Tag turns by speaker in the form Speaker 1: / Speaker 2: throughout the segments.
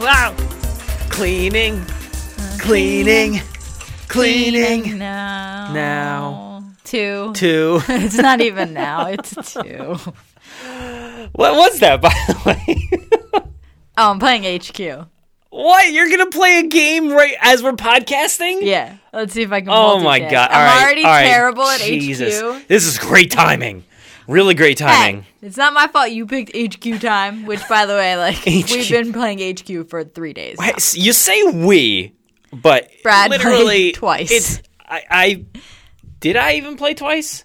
Speaker 1: out. Cleaning, cleaning, cleaning.
Speaker 2: now.
Speaker 1: Now.
Speaker 2: Two.
Speaker 1: Two.
Speaker 2: it's not even now. It's two.
Speaker 1: What was that, by the way?
Speaker 2: Oh, I'm playing HQ.
Speaker 1: What? You're gonna play a game right as we're podcasting?
Speaker 2: Yeah. Let's see if I can.
Speaker 1: Oh my
Speaker 2: multitask.
Speaker 1: god!
Speaker 2: I'm
Speaker 1: All right,
Speaker 2: already
Speaker 1: all right.
Speaker 2: terrible at
Speaker 1: Jesus.
Speaker 2: HQ.
Speaker 1: This is great timing. Really great timing.
Speaker 2: Hey, it's not my fault you picked HQ time, which, by the way, like we've
Speaker 1: HQ.
Speaker 2: been playing HQ for three days.
Speaker 1: Hey, s- You say we, but
Speaker 2: Brad played
Speaker 1: literally
Speaker 2: twice.
Speaker 1: It's I, I did I even play twice?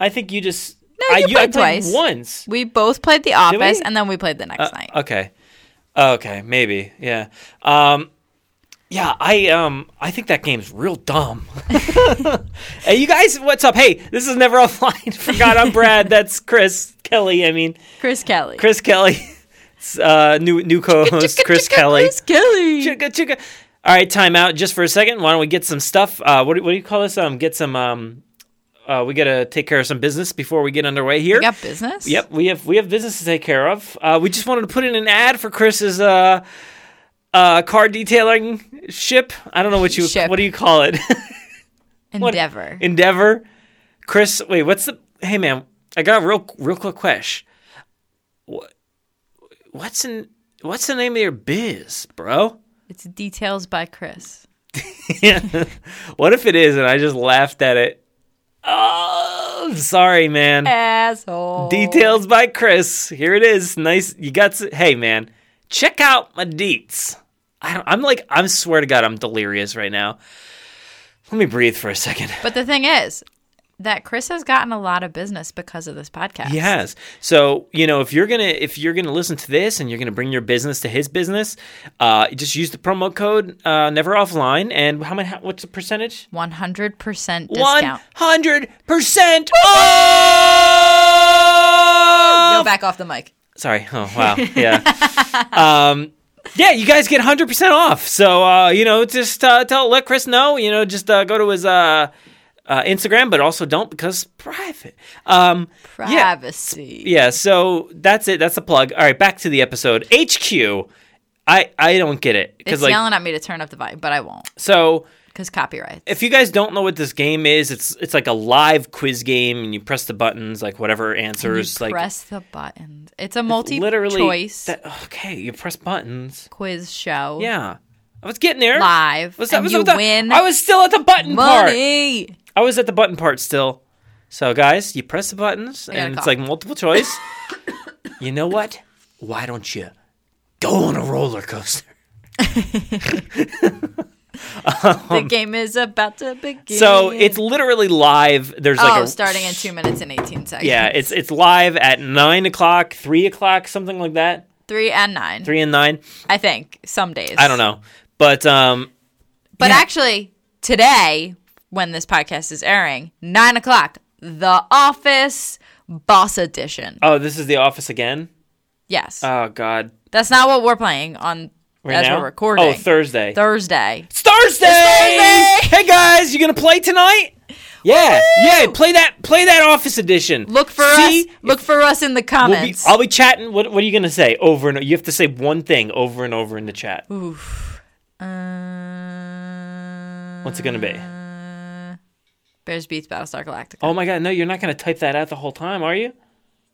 Speaker 1: I think you just
Speaker 2: No,
Speaker 1: I,
Speaker 2: you
Speaker 1: I
Speaker 2: played
Speaker 1: played
Speaker 2: twice.
Speaker 1: once.
Speaker 2: We both played The Office,
Speaker 1: we? Uh,
Speaker 2: and then we played the next night.
Speaker 1: Okay, okay, maybe yeah. Um, yeah, I um I think that game's real dumb. hey, you guys, what's up? Hey, this is never offline. Forgot I'm Brad. That's Chris Kelly. I mean
Speaker 2: Chris Kelly.
Speaker 1: Chris Kelly. It's, uh, new new co-host Chris Kelly.
Speaker 2: Chris Kelly.
Speaker 1: Chugga, chugga. All right, time out just for a second. Why don't we get some stuff? Uh, what, do, what do you call this? Um, get some. Um, uh, we gotta take care of some business before we get underway here.
Speaker 2: We got business.
Speaker 1: Yep, we have we have business to take care of. Uh, we just wanted to put in an ad for Chris's uh, uh, car detailing ship. I don't know what you
Speaker 2: Ship.
Speaker 1: what do you call it
Speaker 2: Endeavor.
Speaker 1: endeavor. Chris, wait, what's the? Hey man, I got a real real quick question. What what's in what's the name of your biz, bro?
Speaker 2: It's details by Chris.
Speaker 1: What if it is and I just laughed at it? Oh, I'm sorry, man.
Speaker 2: Asshole.
Speaker 1: Details by Chris. Here it is. Nice. You got. s hey, man. Check out my deets. I don't, I'm like, I'm swear to God, I'm delirious right now. Let me breathe for a second.
Speaker 2: But the thing is that Chris has gotten a lot of business because of this podcast.
Speaker 1: He has. So you know, if you're gonna if you're gonna listen to this and you're gonna bring your business to his business, uh, just use the promo code uh, never offline. And how many? How, what's the percentage?
Speaker 2: 100%
Speaker 1: One
Speaker 2: discount.
Speaker 1: hundred percent off.
Speaker 2: Go back off the mic.
Speaker 1: Sorry. Oh wow. Yeah. um, yeah. You guys get hundred percent off. So uh, you know, just uh, tell let Chris know. You know, just uh, go to his uh, uh, Instagram, but also don't because private. Um,
Speaker 2: Privacy.
Speaker 1: yeah. So that's it. That's the plug. All right. Back to the episode. HQ. I I don't get it
Speaker 2: It's
Speaker 1: because like
Speaker 2: yelling at me to turn up the volume, but I won't
Speaker 1: so.
Speaker 2: because copyright.
Speaker 1: if you guys don't know what this game is, it's it's like a live quiz game, and you press the buttons, like whatever answers, like
Speaker 2: press the buttons. It's a multi
Speaker 1: literally
Speaker 2: choice
Speaker 1: that- okay, you press buttons.
Speaker 2: quiz show.
Speaker 1: Yeah, I was getting there.
Speaker 2: Live.
Speaker 1: Was- I
Speaker 2: and
Speaker 1: was-
Speaker 2: you
Speaker 1: I was-
Speaker 2: win
Speaker 1: I was still at the button part.
Speaker 2: money.
Speaker 1: I was at the button part still. So guys, you press the buttons,
Speaker 2: gotta
Speaker 1: and it's
Speaker 2: cough.
Speaker 1: like multiple choice. you know what? Why don't you go on a roller coaster?
Speaker 2: the game is about to begin.
Speaker 1: Um, So it's literally live. There's like
Speaker 2: oh,
Speaker 1: a
Speaker 2: starting in two minutes and eighteen seconds.
Speaker 1: yeah, it's it's live at nine o'clock, three o'clock, something like that.
Speaker 2: three and nine.
Speaker 1: three and nine.
Speaker 2: I think some days.
Speaker 1: I don't know, but um,
Speaker 2: But
Speaker 1: Yeah.
Speaker 2: actually, today, when this podcast is airing, nine o'clock, The Office Boss Edition.
Speaker 1: oh, this is the office again.
Speaker 2: yes,
Speaker 1: Oh God,
Speaker 2: that's not what we're playing on
Speaker 1: right
Speaker 2: as
Speaker 1: now
Speaker 2: we're recording.
Speaker 1: Oh, Thursday.
Speaker 2: Thursday.
Speaker 1: it's Thursday.
Speaker 2: Thursday!
Speaker 1: Hey guys, you gonna play tonight? Yeah, yeah. Play that. Play that office edition.
Speaker 2: Look for
Speaker 1: See?
Speaker 2: us. Look for us in the
Speaker 1: We'll be,
Speaker 2: comments.
Speaker 1: I'll be chatting. What, what are you gonna say over and? You have to say one thing over and over in the chat.
Speaker 2: Uh,
Speaker 1: What's it gonna be?
Speaker 2: Bears beats Battlestar Galactica.
Speaker 1: Oh my God, no! You're not gonna type that out the whole time, are you?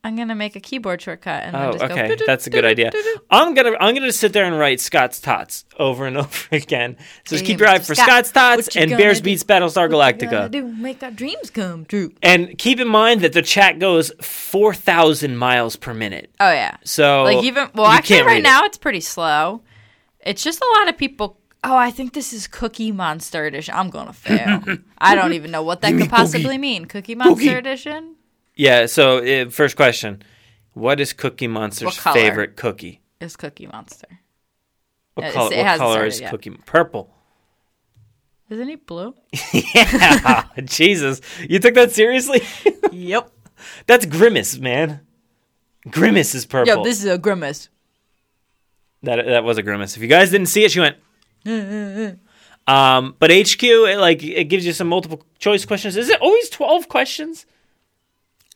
Speaker 2: I'm gonna make a keyboard shortcut and
Speaker 1: Oh,
Speaker 2: then just go.
Speaker 1: okay,
Speaker 2: doo-doo,
Speaker 1: that's a good idea.
Speaker 2: doo-doo, doo-doo.
Speaker 1: I'm gonna I'm gonna sit there and write Scott's Tots over and over again. So just
Speaker 2: Hey,
Speaker 1: keep your eye
Speaker 2: Mr.
Speaker 1: for
Speaker 2: Scott,
Speaker 1: Scott's
Speaker 2: what
Speaker 1: Tots
Speaker 2: you
Speaker 1: and
Speaker 2: gonna
Speaker 1: Bears
Speaker 2: do?
Speaker 1: beats Battlestar
Speaker 2: Gotta
Speaker 1: Galactica.
Speaker 2: do make our dreams come true.
Speaker 1: And keep in mind that the chat goes four thousand miles per minute.
Speaker 2: Oh yeah.
Speaker 1: So
Speaker 2: like even well
Speaker 1: you
Speaker 2: actually
Speaker 1: can't
Speaker 2: right
Speaker 1: read it.
Speaker 2: now it's pretty slow it's just a lot of people oh i think this is cookie monster edition i'm gonna fail i don't even know what that could
Speaker 1: mean
Speaker 2: possibly
Speaker 1: cookie.
Speaker 2: mean cookie monster edition
Speaker 1: Yeah. So uh, first question: What is Cookie Monster's
Speaker 2: What color?
Speaker 1: favorite cookie?
Speaker 2: is cookie monster
Speaker 1: What
Speaker 2: Uh, It's-
Speaker 1: color?
Speaker 2: it
Speaker 1: What
Speaker 2: hasn't
Speaker 1: color
Speaker 2: started
Speaker 1: is
Speaker 2: yet.
Speaker 1: Cookie? Mon- Purple.
Speaker 2: isn't he blue
Speaker 1: Yeah. Jesus, you took that seriously?
Speaker 2: yep
Speaker 1: That's Grimace, man. Grimace is purple.
Speaker 2: yo this is a grimace
Speaker 1: That that was a grimace. If you guys didn't see it, she went. um, but HQ, it, like it gives you some multiple choice questions. Is it always twelve questions?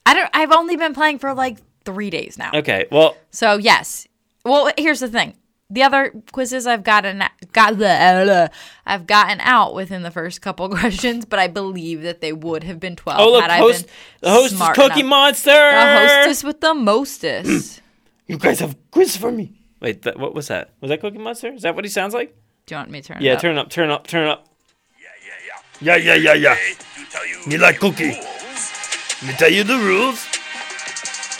Speaker 2: i don't i've only been playing for like three days now
Speaker 1: Okay, well,
Speaker 2: so yes well here's the thing the other quizzes I've gotten got the I've gotten out within the first couple questions, but I believe that they would have been twelve.
Speaker 1: Oh, look,
Speaker 2: had I
Speaker 1: host,
Speaker 2: been
Speaker 1: the host is
Speaker 2: smart
Speaker 1: Cookie
Speaker 2: enough.
Speaker 1: Monster.
Speaker 2: The hostess with the mostest.
Speaker 1: You guys have quiz for me. Wait, that, what was that? Was that Cookie Monster? Is that what he sounds like?
Speaker 2: Do you want me to turn?
Speaker 1: Yeah,
Speaker 2: it up?
Speaker 1: turn up, turn up, turn up.
Speaker 3: Yeah, yeah,
Speaker 4: Yeah, yeah, yeah, yeah.
Speaker 3: yeah. To tell you,
Speaker 4: Me like
Speaker 3: the
Speaker 4: cookie.
Speaker 3: rules,
Speaker 4: Me tell you the rules.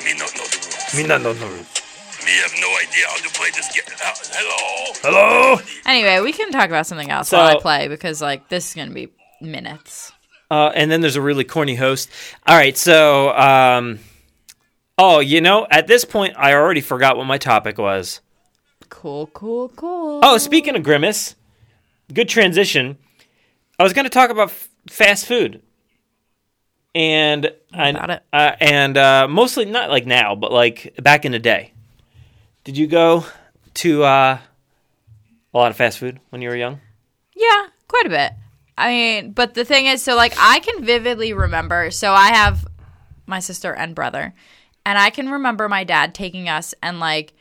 Speaker 3: Me not know the rules.
Speaker 4: Me not know the rules.
Speaker 3: Me have no idea how to play this game. Uh, hello.
Speaker 4: Hello?
Speaker 2: Anyway, we can talk about something else
Speaker 1: So-
Speaker 2: while I play because like this is gonna be minutes.
Speaker 1: Uh, and then there's a really corny host. All right, so um, oh, you know, at this point, I already forgot what my topic was.
Speaker 2: Cool, cool, cool.
Speaker 1: Oh, speaking of grimace, good transition. I was going to talk about f- fast food, and I-
Speaker 2: About it.
Speaker 1: Uh, and uh, mostly not like now, but like back in the day. Did you go to uh, a lot of fast food when you were young?
Speaker 2: Yeah, quite a bit. I mean, but the thing is, so like I can vividly remember. So I have my sister and brother, and I can remember my dad taking us and like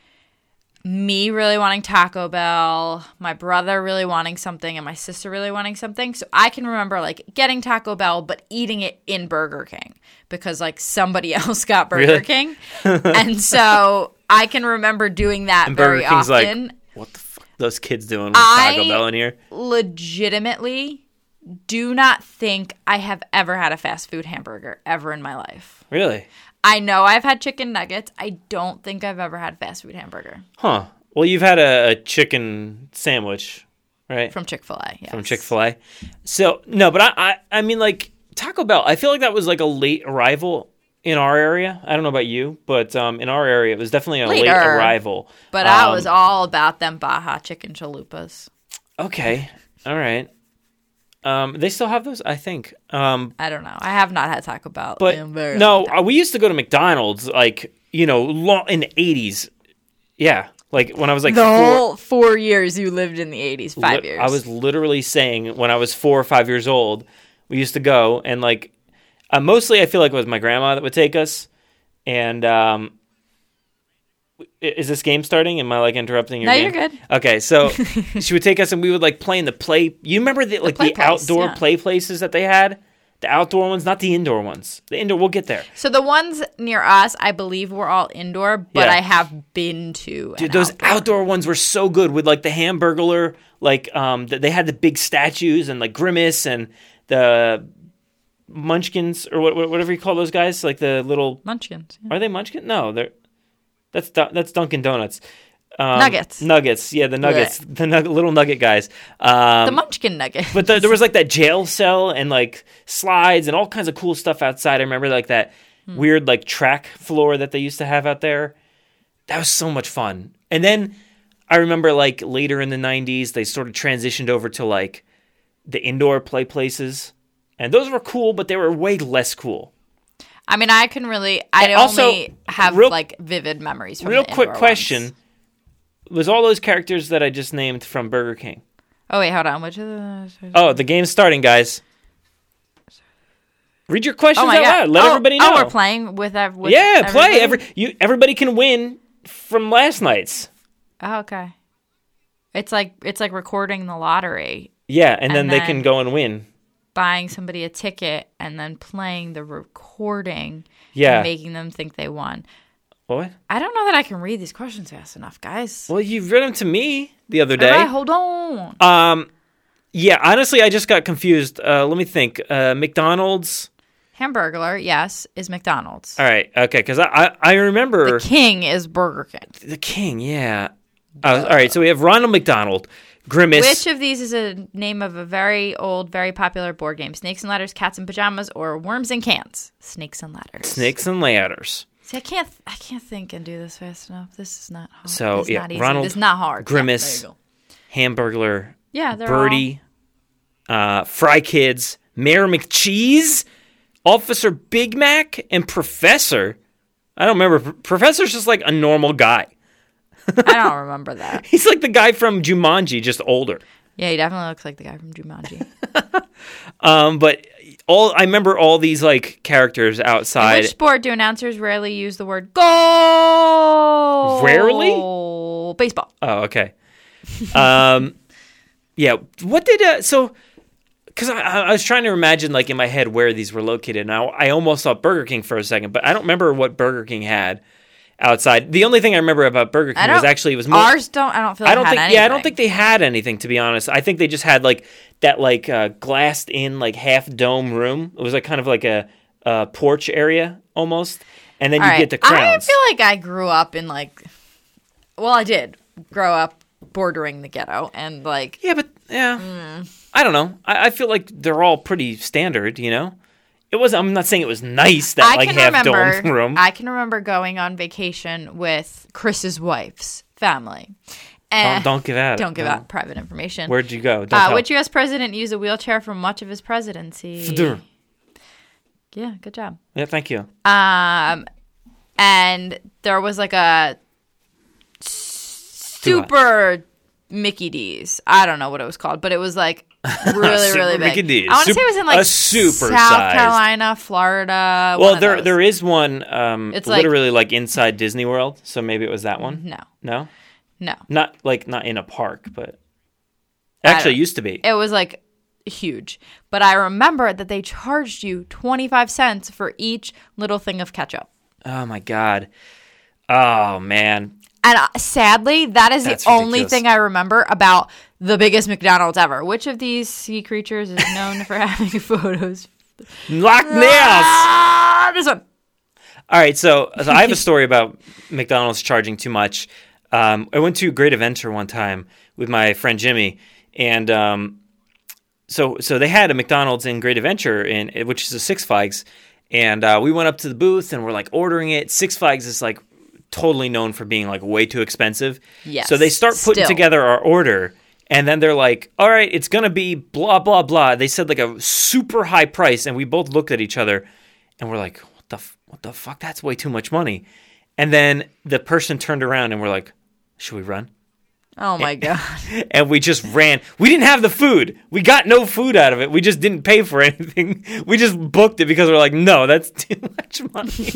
Speaker 2: me really wanting Taco Bell, my brother really wanting something, and my sister really wanting something. So I can remember like getting Taco Bell, but eating it in Burger King because like somebody else got Burger
Speaker 1: Really?
Speaker 2: King, and so I can remember doing that
Speaker 1: And
Speaker 2: very
Speaker 1: Burger King's like,
Speaker 2: often
Speaker 1: What the fuck? Those kids doing with
Speaker 2: I-
Speaker 1: Taco Bell in here?
Speaker 2: legitimately do not think I have ever had a fast food hamburger ever in my life.
Speaker 1: Really?
Speaker 2: I know I've had chicken nuggets. I don't think I've ever had a fast food hamburger
Speaker 1: Huh. Well, you've had a, a chicken sandwich, right?
Speaker 2: from Chick Fil A.
Speaker 1: From Chick Fil A. So no, but I, I, I mean, like Taco Bell. I feel like that was like a late arrival in our area. I don't know about you, but um, in our area, it was definitely a late
Speaker 2: Later.
Speaker 1: arrival.
Speaker 2: But I
Speaker 1: Um,
Speaker 2: was all about them Baja chicken chalupas.
Speaker 1: okay. All right. Um, they still have those, I think. Um,
Speaker 2: I don't know. I have not had Taco Bell.
Speaker 1: but
Speaker 2: in very
Speaker 1: no,
Speaker 2: long time.
Speaker 1: uh, we used to go to McDonald's, like you know, long, in the eighties. Yeah, like when I was like
Speaker 2: the
Speaker 1: four-
Speaker 2: whole four years you lived in the 80s, five
Speaker 1: Li-
Speaker 2: years.
Speaker 1: I was literally saying when I was four or five years old, we used to go and like uh, mostly I feel like it was my grandma that would take us. And um, i- is this game starting? Am I like interrupting your
Speaker 2: No,
Speaker 1: game?
Speaker 2: you're good.
Speaker 1: Okay, so she would take us and we would like play in the play. You remember the like
Speaker 2: play
Speaker 1: the
Speaker 2: place,
Speaker 1: outdoor
Speaker 2: yeah.
Speaker 1: play places that they had? The outdoor ones, not the indoor ones. The indoor, we'll get there.
Speaker 2: so the ones near us, I believe, were all indoor, but
Speaker 1: Yeah.
Speaker 2: I have been to. an
Speaker 1: Dude, those
Speaker 2: outdoor.
Speaker 1: outdoor. ones were so good with like the Hamburglar, like um, th- they had the big statues and like Grimace and the Munchkins or what, what- whatever you call those guys, like the little
Speaker 2: munchkins. yeah.
Speaker 1: are they Munchkin? No, they're that's Du- that's Dunkin' Donuts. Um,
Speaker 2: Nuggets.
Speaker 1: Nuggets, yeah, the Nuggets, the nug- little Nugget guys. Um,
Speaker 2: The munchkin nuggets.
Speaker 1: but the, there was like that jail cell and like slides and all kinds of cool stuff outside. I remember like that
Speaker 2: Hmm.
Speaker 1: weird like track floor that they used to have out there. That was so much fun. And then I remember like later in the 90s, they sort of transitioned over to like the indoor play places. And those were cool, but they were way less cool.
Speaker 2: I mean, I can really. I
Speaker 1: And also,
Speaker 2: only have
Speaker 1: real-
Speaker 2: like vivid memories. From
Speaker 1: Real
Speaker 2: the
Speaker 1: quick
Speaker 2: indoor
Speaker 1: question
Speaker 2: ones.
Speaker 1: Was all those characters that I just named from Burger King?
Speaker 2: Oh wait, hold on. Which of the?
Speaker 1: Oh, the game's starting, guys. Read your questions
Speaker 2: oh my
Speaker 1: out
Speaker 2: god!
Speaker 1: loud. Let
Speaker 2: oh,
Speaker 1: everybody know.
Speaker 2: Oh, we're playing with, ev- with
Speaker 1: yeah, play every
Speaker 2: everybody?
Speaker 1: you. Everybody can win from last night's.
Speaker 2: Oh, okay. It's like it's like recording the lottery,
Speaker 1: Yeah, and, then,
Speaker 2: And
Speaker 1: they
Speaker 2: then-
Speaker 1: can go and win.
Speaker 2: buying somebody a ticket, and then playing the recording.
Speaker 1: Yeah.
Speaker 2: and making them think they won.
Speaker 1: What?
Speaker 2: I don't know that I can read these questions fast enough, guys.
Speaker 1: Well, you read them to me the other day.
Speaker 2: All right, hold on.
Speaker 1: um, yeah. Honestly, I just got confused. Uh, let me think. Uh, McDonald's.
Speaker 2: Hamburglar, yes, is McDonald's.
Speaker 1: All right. Okay. Because I, I I remember
Speaker 2: The king is Burger King.
Speaker 1: the king. Yeah. Uh, all right. So we have Ronald McDonald, Grimace.
Speaker 2: Which of these is a name of a very old, very popular board game? Snakes and Ladders, Cats and Pajamas, or Worms and Cans? Snakes and Ladders.
Speaker 1: Snakes and ladders.
Speaker 2: See, I can't, I can't think and do this fast enough. This is not hard.
Speaker 1: So,
Speaker 2: This is
Speaker 1: yeah,
Speaker 2: not easy.
Speaker 1: Ronald,
Speaker 2: This is not hard. Yeah,
Speaker 1: Grimace.
Speaker 2: there you go.
Speaker 1: Hamburglar.
Speaker 2: Yeah, they're
Speaker 1: Birdie, uh, Fry Kids, Mayor McCheese, Officer Big Mac, and Professor. I don't remember. Pro- Professor's just like a normal guy.
Speaker 2: all- I don't remember that.
Speaker 1: He's like the guy from Jumanji, just older.
Speaker 2: Yeah, he definitely looks like the guy from Jumanji.
Speaker 1: Um, but all I remember all these like characters outside.
Speaker 2: Which sport do announcers rarely use the word goal?
Speaker 1: Rarely?
Speaker 2: baseball.
Speaker 1: Oh, okay. Um, yeah. What did uh, so? Because I, I was trying to imagine, like in my head, where these were located, and I, I almost thought Burger King for a second, but I don't remember what Burger King had outside. The only thing I remember about Burger
Speaker 2: I
Speaker 1: King
Speaker 2: don't,
Speaker 1: was actually it was more.
Speaker 2: ours. Don't I don't feel.
Speaker 1: I don't
Speaker 2: had
Speaker 1: think. Yeah, I don't
Speaker 2: anything.
Speaker 1: think they had anything to be honest. I think they just had like that, like uh, glassed in, like half dome room. It was like kind of like a, uh porch area almost, and then you
Speaker 2: All
Speaker 1: get the
Speaker 2: right. I
Speaker 1: crowns.
Speaker 2: feel like I grew up in like, well, I did grow up bordering the ghetto, and like,
Speaker 1: Yeah, but yeah, Mm. I don't know. I, I feel like they're all pretty standard. You know, it was. I'm not saying it was nice that
Speaker 2: I
Speaker 1: like
Speaker 2: can
Speaker 1: half
Speaker 2: remember.
Speaker 1: dome room.
Speaker 2: I can remember going on vacation with Chris's wife's family,
Speaker 1: don't,
Speaker 2: and
Speaker 1: don't give out.
Speaker 2: eh, don't give out private information.
Speaker 1: Where'd you go? Don't
Speaker 2: uh,
Speaker 1: tell.
Speaker 2: which U.S. president used a wheelchair for much of his presidency?
Speaker 1: Dur.
Speaker 2: Yeah, good job.
Speaker 1: Yeah, thank you.
Speaker 2: and there was like a super Mickey D's. I don't know what it was called, but it was like really,
Speaker 1: Super
Speaker 2: really big.
Speaker 1: Mickey D's.
Speaker 2: I want to
Speaker 1: Sup-
Speaker 2: say it was in like
Speaker 1: a super
Speaker 2: South
Speaker 1: sized.
Speaker 2: Carolina, Florida. one
Speaker 1: Well,
Speaker 2: of
Speaker 1: there
Speaker 2: those.
Speaker 1: there is one. Um,
Speaker 2: It's like-
Speaker 1: literally like, inside Disney World, so maybe it was that one.
Speaker 2: no,
Speaker 1: no,
Speaker 2: no.
Speaker 1: not like not in a park, but
Speaker 2: I
Speaker 1: actually it
Speaker 2: don't-
Speaker 1: used to be.
Speaker 2: It was like huge, but I remember that they charged you twenty five cents for each little thing of ketchup.
Speaker 1: Oh my god. Oh man.
Speaker 2: And uh, sadly, that is
Speaker 1: That's
Speaker 2: the only
Speaker 1: ridiculous.
Speaker 2: thing I remember about the biggest McDonald's ever. Which of these sea creatures is known for having photos?
Speaker 1: Loch Ness.
Speaker 2: Ah, this one.
Speaker 1: All right, so, so I have a story about McDonald's charging too much. Um, I went to Great Adventure one time with my friend Jimmy, and um, so so they had a McDonald's in Great Adventure, in which is a Six Flags, and uh, we went up to the booth and we're like ordering it. Six Flags is like totally known for being like way too expensive.
Speaker 2: Yes,
Speaker 1: So they start putting
Speaker 2: still.
Speaker 1: together our order. And then they're like, all right, it's going to be blah, blah, blah. They said like a super high price. And we both looked at each other and we're like, what the, f- what the fuck? That's way too much money. And then the person turned around and we're like, should we run?
Speaker 2: Oh my god.
Speaker 1: and we just ran. We didn't have the food. We got no food out of it. We just didn't pay for anything. We just booked it because we're like, no, that's too much money.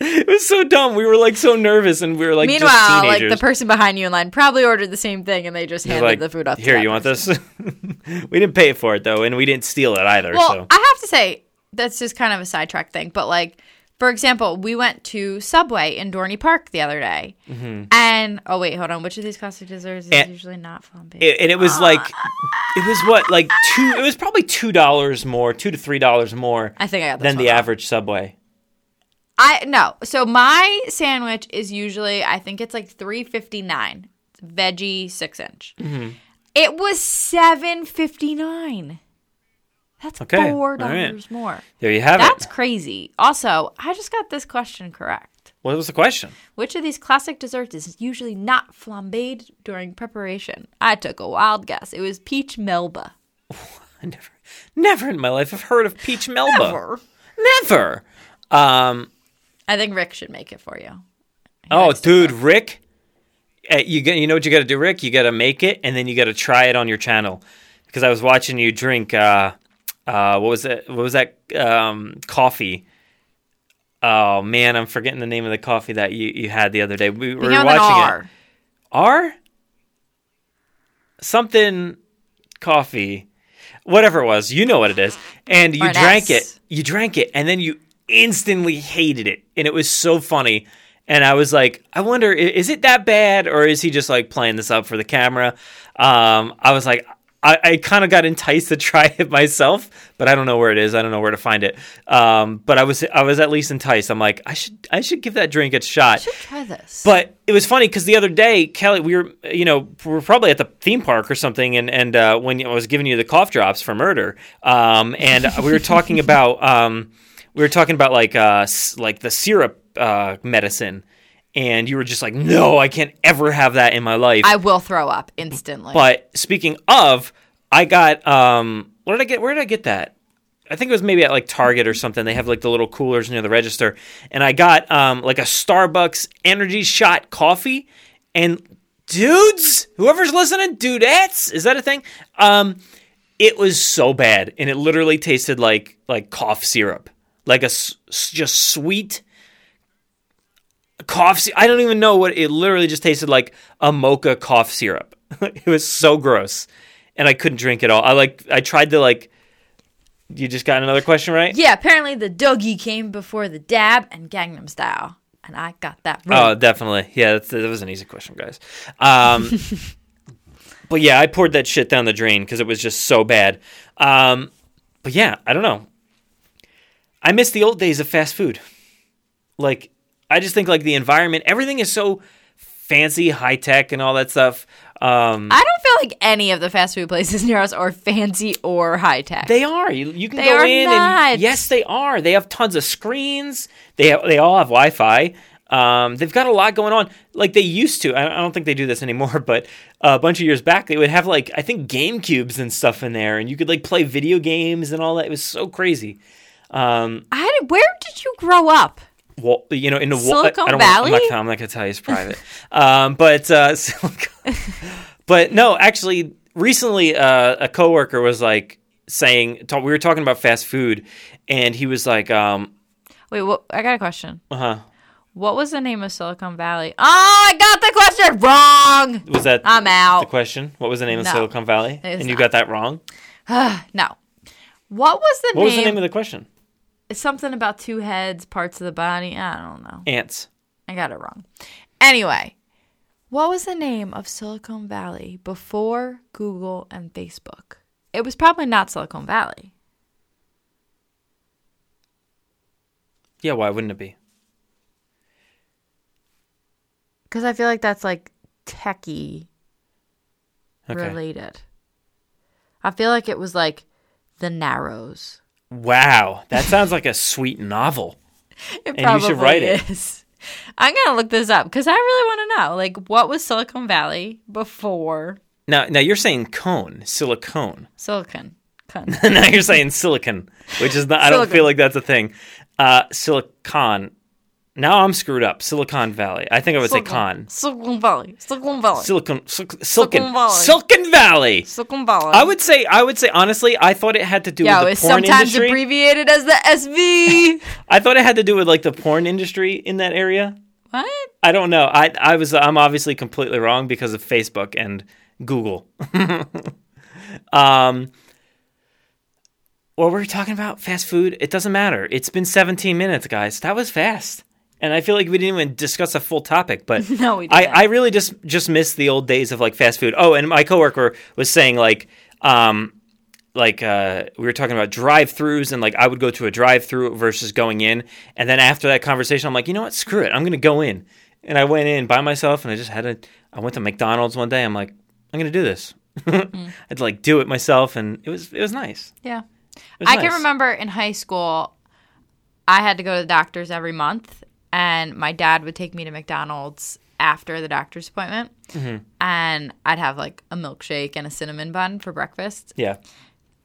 Speaker 1: it was so dumb. We were like so nervous, and we were like, just
Speaker 2: Meanwhile, like
Speaker 1: teenagers.
Speaker 2: the person behind you in line probably ordered the same thing, and they just
Speaker 1: We're
Speaker 2: handed
Speaker 1: like,
Speaker 2: the food off. to
Speaker 1: Here,
Speaker 2: that
Speaker 1: you want
Speaker 2: person.
Speaker 1: this? we didn't pay for it though, and we didn't steal it either.
Speaker 2: Well,
Speaker 1: so
Speaker 2: I have to say that's just kind of a sidetrack thing, but like. For example, we went to Subway in Dorney Park the other day,
Speaker 1: Mm-hmm.
Speaker 2: and oh wait, hold on. Which of these classic desserts is
Speaker 1: And-
Speaker 2: usually not flan-based?
Speaker 1: it, and it was
Speaker 2: uh,
Speaker 1: like, it was what like two. It was probably two dollars more, two to three dollars more
Speaker 2: I think I got this
Speaker 1: than
Speaker 2: one
Speaker 1: the
Speaker 2: wrong.
Speaker 1: average Subway.
Speaker 2: I no. So my sandwich is usually I think it's like three fifty nine, veggie six inch.
Speaker 1: Mm-hmm.
Speaker 2: It was seven fifty nine. That's
Speaker 1: Okay,
Speaker 2: four
Speaker 1: all right.
Speaker 2: dollars more.
Speaker 1: There you have
Speaker 2: That's
Speaker 1: it.
Speaker 2: crazy. Also, I just got this question correct.
Speaker 1: What was the question?
Speaker 2: Which of these classic desserts is usually not flambéed during preparation? I took a wild guess. It was peach melba.
Speaker 1: I never, never in my life have heard of peach melba.
Speaker 2: Or-
Speaker 1: Never. Um,
Speaker 2: I think Rick should make it for you.
Speaker 1: oh, dude, Rick, uh, you got- you know what you got to do, Rick? You got to make it, and then you got to try it on your channel. Because I was watching you drink. Uh, uh, what was that? What was that um, coffee? Oh man, I'm forgetting the name of the coffee that you, you had the other day. We were
Speaker 2: Began with an
Speaker 1: watching it.
Speaker 2: R.
Speaker 1: R something coffee, whatever it was. You know what it is. And you
Speaker 2: Or an
Speaker 1: drank
Speaker 2: S.
Speaker 1: it. You drank it and then you instantly hated it. And it was so funny. And I was like, I wonder, i- is it that bad or is he just like playing this up for the camera? Um, I was like, I, I kind of got enticed to try it myself, but I don't know where it is. I don't know where to find it. Um, but I was, I was at least enticed. I'm like, I should, I should give that drink a shot.
Speaker 2: You should try this.
Speaker 1: But it was funny because the other day, Kelly, we were, you know, we were probably at the theme park or something, and and uh, when I was giving you the cough drops for murder, um, and we were talking about, um, we were talking about like uh, s- like the syrup uh, medicine, and you were just like, no, I can't ever have that in my life.
Speaker 2: I will throw up instantly.
Speaker 1: But speaking of, I got um what did I get where did I get that? I think it was maybe at like Target or something. They have like the little coolers near the register. And I got um like a Starbucks energy shot coffee and dudes, whoever's listening, dudettes, is that a thing? Um it was so bad and it literally tasted like like cough syrup. Like a s- s- just sweet cough. sy- I don't even know what it literally just tasted like a mocha cough syrup. it was so gross, and I couldn't drink it all. I like I tried to like. You just got another question right.
Speaker 2: Yeah, apparently the doggy came before the dab and Gangnam Style, and I got that
Speaker 1: Oh,
Speaker 2: right.
Speaker 1: definitely. Yeah, that's, that was an easy question, guys. Um, but yeah, I poured that shit down the drain because it was just so bad. Um, but yeah, I don't know. I miss the old days of fast food. Like, I just think like the environment, everything is so fancy, high tech, and all that stuff. Um,
Speaker 2: I don't feel like any of the fast food places near us are fancy or high tech.
Speaker 1: They are. You, you can
Speaker 2: They
Speaker 1: go
Speaker 2: are
Speaker 1: in
Speaker 2: not.
Speaker 1: and yes, they are. They have tons of screens. They they all have Wi-Fi. Um, they've got a lot going on. Like they used to. I I don't think they do this anymore, but a bunch of years back, they would have like I think Game Cubes and stuff in there, and you could like play video games and all that. It was so crazy. Um,
Speaker 2: I did- where did you grow up?
Speaker 1: well, you know, in the wa-
Speaker 2: Silicon
Speaker 1: I don't, wanna- I'm
Speaker 2: Valley?
Speaker 1: not, I'm not gonna tell you it's private. um, but uh, Silicon- but no, actually, recently uh, a coworker was like saying ta- we were talking about fast food, and he was like, um,
Speaker 2: Wait, what, I got a question.
Speaker 1: uh-huh.
Speaker 2: What was the name of Silicon Valley? Oh, I got the question wrong.
Speaker 1: "Was that
Speaker 2: I'm
Speaker 1: the
Speaker 2: out.
Speaker 1: question? What was the name of
Speaker 2: No,
Speaker 1: Silicon Valley?"
Speaker 2: it is
Speaker 1: And you
Speaker 2: not.
Speaker 1: got that wrong.
Speaker 2: No. What was the
Speaker 1: What
Speaker 2: name?
Speaker 1: was the name of the question?
Speaker 2: Something about two heads, parts of the body. I don't know.
Speaker 1: Ants.
Speaker 2: I got it wrong. Anyway, what was the name of Silicon Valley before Google and Facebook? It was probably not Silicon Valley.
Speaker 1: Yeah, why wouldn't it be?
Speaker 2: Because I feel like that's like techie
Speaker 1: Okay.
Speaker 2: related. I feel like it was like the Narrows.
Speaker 1: Wow, that sounds like a sweet novel.
Speaker 2: It
Speaker 1: And you should write it.
Speaker 2: is. I'm gonna look this up because I really want to know. Like, what was Silicon Valley before
Speaker 1: Now, now you're saying cone, silicone.
Speaker 2: Silicon? Con-
Speaker 1: now you're saying silicon, which is not, I don't
Speaker 2: Silicon.
Speaker 1: feel like that's a thing. Uh, silicon. Now I'm screwed up. Silicon Valley. I think I would say con.
Speaker 2: Silicon Valley. Silicon Valley.
Speaker 1: Silicon, sil- silken,
Speaker 2: Valley.
Speaker 1: Silken Valley.
Speaker 2: Silicon Valley.
Speaker 1: I would say, I would say honestly, I thought it had to do
Speaker 2: Yeah, it
Speaker 1: with
Speaker 2: was
Speaker 1: the porn
Speaker 2: sometimes
Speaker 1: industry.
Speaker 2: abbreviated as the SV.
Speaker 1: I thought it had to do with like the porn industry in that area.
Speaker 2: what?
Speaker 1: I don't know. I, I was, I'm obviously completely wrong because of Facebook and Google. um, what were we talking about? Fast food? It doesn't matter. It's been 17 minutes, guys. That was fast. And I feel like we didn't even discuss a full topic, but
Speaker 2: No, we
Speaker 1: I,
Speaker 2: didn't.
Speaker 1: I really just just miss the old days of like fast food. Oh, and my coworker was saying like um like uh we were talking about drive-throughs and like I would go to a drive-through versus going in. And then after that conversation, I'm like, "You know what? Screw it. I'm going to go in." And I went in by myself and I just had a I went to McDonald's one day. I'm like, "I'm going to do this."
Speaker 2: Mm-hmm.
Speaker 1: I'd like do it myself and it was it was nice.
Speaker 2: Yeah.
Speaker 1: It was
Speaker 2: I
Speaker 1: nice.
Speaker 2: can remember in high school, I had to go to the doctor's every month, and my dad would take me to McDonald's after the doctor's appointment,
Speaker 1: Mm-hmm.
Speaker 2: and I'd have like a milkshake and a cinnamon bun for breakfast,
Speaker 1: Yeah.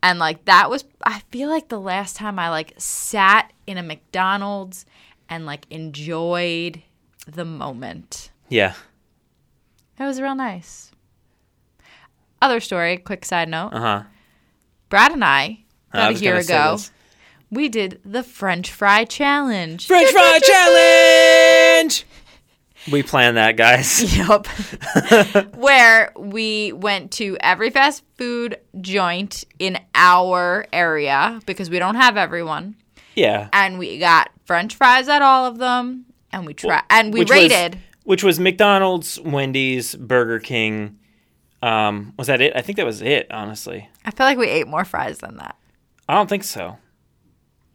Speaker 2: and like that was I feel like the last time I like sat in a McDonald's and like enjoyed the moment.
Speaker 1: Yeah.
Speaker 2: It was real nice. Other story, quick side note.
Speaker 1: Uh-huh.
Speaker 2: Brad and I,
Speaker 1: Uh, I
Speaker 2: about a
Speaker 1: was
Speaker 2: year
Speaker 1: gonna say
Speaker 2: ago,
Speaker 1: this.
Speaker 2: we did the French fry challenge.
Speaker 1: French fry challenge. We planned that, guys.
Speaker 2: Yup. Where we went to every fast food joint in our area because we don't have everyone.
Speaker 1: Yeah.
Speaker 2: And we got French fries at all of them. And we tried, and we
Speaker 1: Which was-
Speaker 2: rated.
Speaker 1: which was McDonald's, Wendy's, Burger King. Um, was that it? I think that was it. Honestly,
Speaker 2: I feel like we ate more fries than that.
Speaker 1: I don't think so.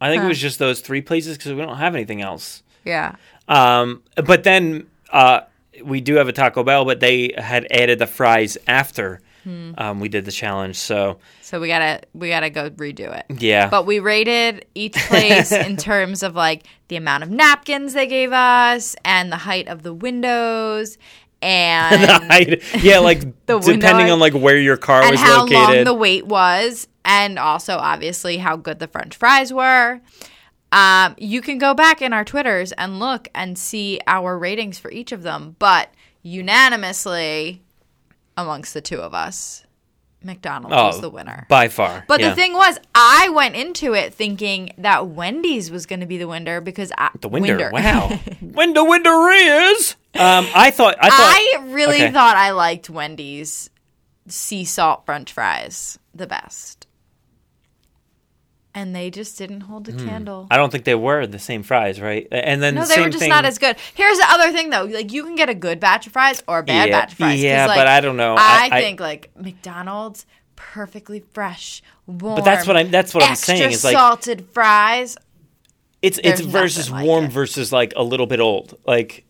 Speaker 1: I think it was just those three places because we don't have anything else.
Speaker 2: Yeah.
Speaker 1: Um, but then uh, we do have a Taco Bell, but they had added the fries after
Speaker 2: Hmm.
Speaker 1: um, we did the challenge. So
Speaker 2: So we gotta we gotta go redo it.
Speaker 1: yeah,
Speaker 2: But we rated each place in terms of like the amount of napkins they gave us and the height of the windows and
Speaker 1: I, yeah, like
Speaker 2: The window
Speaker 1: depending
Speaker 2: I-
Speaker 1: on like where your car
Speaker 2: and
Speaker 1: was
Speaker 2: how long
Speaker 1: located.
Speaker 2: the wait was and also obviously how good the french fries were. Um, you can go back in our Twitters and look and see our ratings for each of them, but unanimously amongst the two of us, McDonald's
Speaker 1: Oh,
Speaker 2: was the winner.
Speaker 1: by far.
Speaker 2: But
Speaker 1: yeah.
Speaker 2: the thing was, I went into it thinking that Wendy's was going to be the winner because I,
Speaker 1: the window. Wow, window, window is. Um, I thought. I thought.
Speaker 2: I really
Speaker 1: okay.
Speaker 2: thought I liked Wendy's sea salt French fries the best, and they just didn't hold a candle.
Speaker 1: Hmm. I don't think they were the same fries, right? And then
Speaker 2: no,
Speaker 1: the
Speaker 2: they
Speaker 1: same
Speaker 2: were just
Speaker 1: thing-
Speaker 2: not as good. Here's the other thing, though: like you can get a good batch of fries or a bad
Speaker 1: Yeah,
Speaker 2: batch of fries. 'cause,
Speaker 1: yeah,
Speaker 2: like,
Speaker 1: but I don't know. I-
Speaker 2: I,
Speaker 1: I-
Speaker 2: think like McDonald's perfectly fresh, warm.
Speaker 1: But that's what I'm. That's what I'm
Speaker 2: extra
Speaker 1: saying. Is like
Speaker 2: salted fries.
Speaker 1: it's it's
Speaker 2: There's
Speaker 1: versus
Speaker 2: nothing like
Speaker 1: warm
Speaker 2: it.
Speaker 1: versus like a little bit old. Like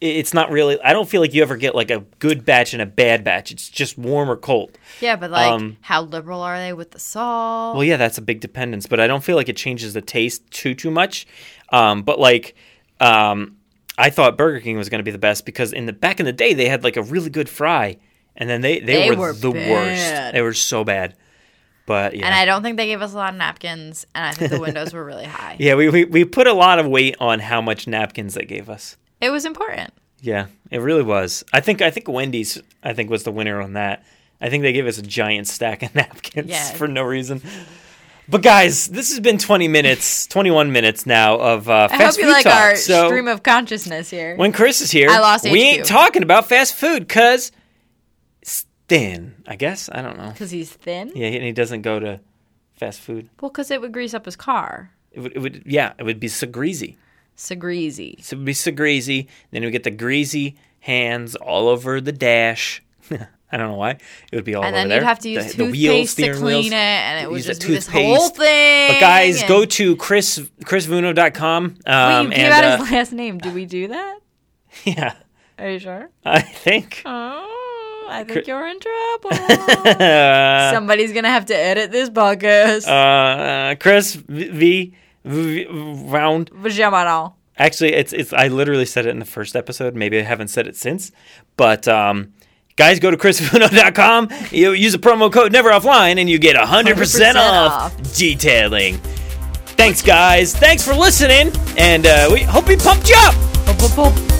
Speaker 1: i- it's not really. I don't feel like you ever get like a good batch and a bad batch. It's just warm or cold.
Speaker 2: Yeah, but like,
Speaker 1: Um,
Speaker 2: how liberal are they with the salt?
Speaker 1: Well, yeah, that's a big dependence, but I don't feel like it changes the taste too too much. Um, but like, um, I thought Burger King was going to be the best because in the back in the day they had like a really good fry, and then they they,
Speaker 2: They
Speaker 1: were,
Speaker 2: were
Speaker 1: the worst.
Speaker 2: bad.
Speaker 1: They were so bad. But yeah,
Speaker 2: and I don't think they gave us a lot of napkins, and I think the windows were really high.
Speaker 1: yeah, we, we we put a lot of weight on how much napkins they gave us.
Speaker 2: It was important.
Speaker 1: Yeah, it really was. I think I think Wendy's I think was the winner on that. I think they gave us a giant stack of napkins
Speaker 2: Yeah.
Speaker 1: for no reason. But guys, this has been 20 minutes, 21 minutes now of uh,
Speaker 2: I
Speaker 1: fast
Speaker 2: hope
Speaker 1: food
Speaker 2: you like
Speaker 1: talk.
Speaker 2: our
Speaker 1: so
Speaker 2: stream of consciousness here.
Speaker 1: when Chris is here,
Speaker 2: I lost
Speaker 1: we
Speaker 2: HQ.
Speaker 1: ain't talking about fast food cuz Stan, I guess, I don't know.
Speaker 2: Because he's thin?
Speaker 1: Yeah, and he doesn't go to fast food.
Speaker 2: Well, because it would grease up his car.
Speaker 1: It would, it would yeah, it would be so greasy.
Speaker 2: So greasy.
Speaker 1: So it would be so greasy. Then we get the greasy hands all over the dash. I don't know why. It would be all
Speaker 2: And
Speaker 1: over
Speaker 2: then
Speaker 1: there.
Speaker 2: you'd have to use
Speaker 1: the, the wheels,
Speaker 2: toothpaste to
Speaker 1: steering
Speaker 2: clean
Speaker 1: wheels.
Speaker 2: it, and it would
Speaker 1: Use the
Speaker 2: just be this whole
Speaker 1: toothpaste.
Speaker 2: thing.
Speaker 1: But guys,
Speaker 2: and-
Speaker 1: go to Chris chrisvuno.com.
Speaker 2: Wait,
Speaker 1: Um,
Speaker 2: you gave
Speaker 1: and
Speaker 2: out
Speaker 1: uh,
Speaker 2: his last name. Do we do that?
Speaker 1: yeah,
Speaker 2: Are you sure?
Speaker 1: I think.
Speaker 2: Oh, I
Speaker 1: think
Speaker 2: think you're in trouble.
Speaker 1: Uh,
Speaker 2: Somebody's going to have to edit this podcast.
Speaker 1: uh, Chris v, v, v round.
Speaker 2: Vajamanal.
Speaker 1: Actually, it's it's. I literally said it in the first episode. Maybe I haven't said it since. But um, guys, go to chrisvuno.com. You use the promo code Never Offline, and you get hundred percent
Speaker 2: 100%
Speaker 1: off detailing. Thanks, guys. Thanks for listening, and uh, we hope we pumped you up.
Speaker 2: Boop, boop, boop.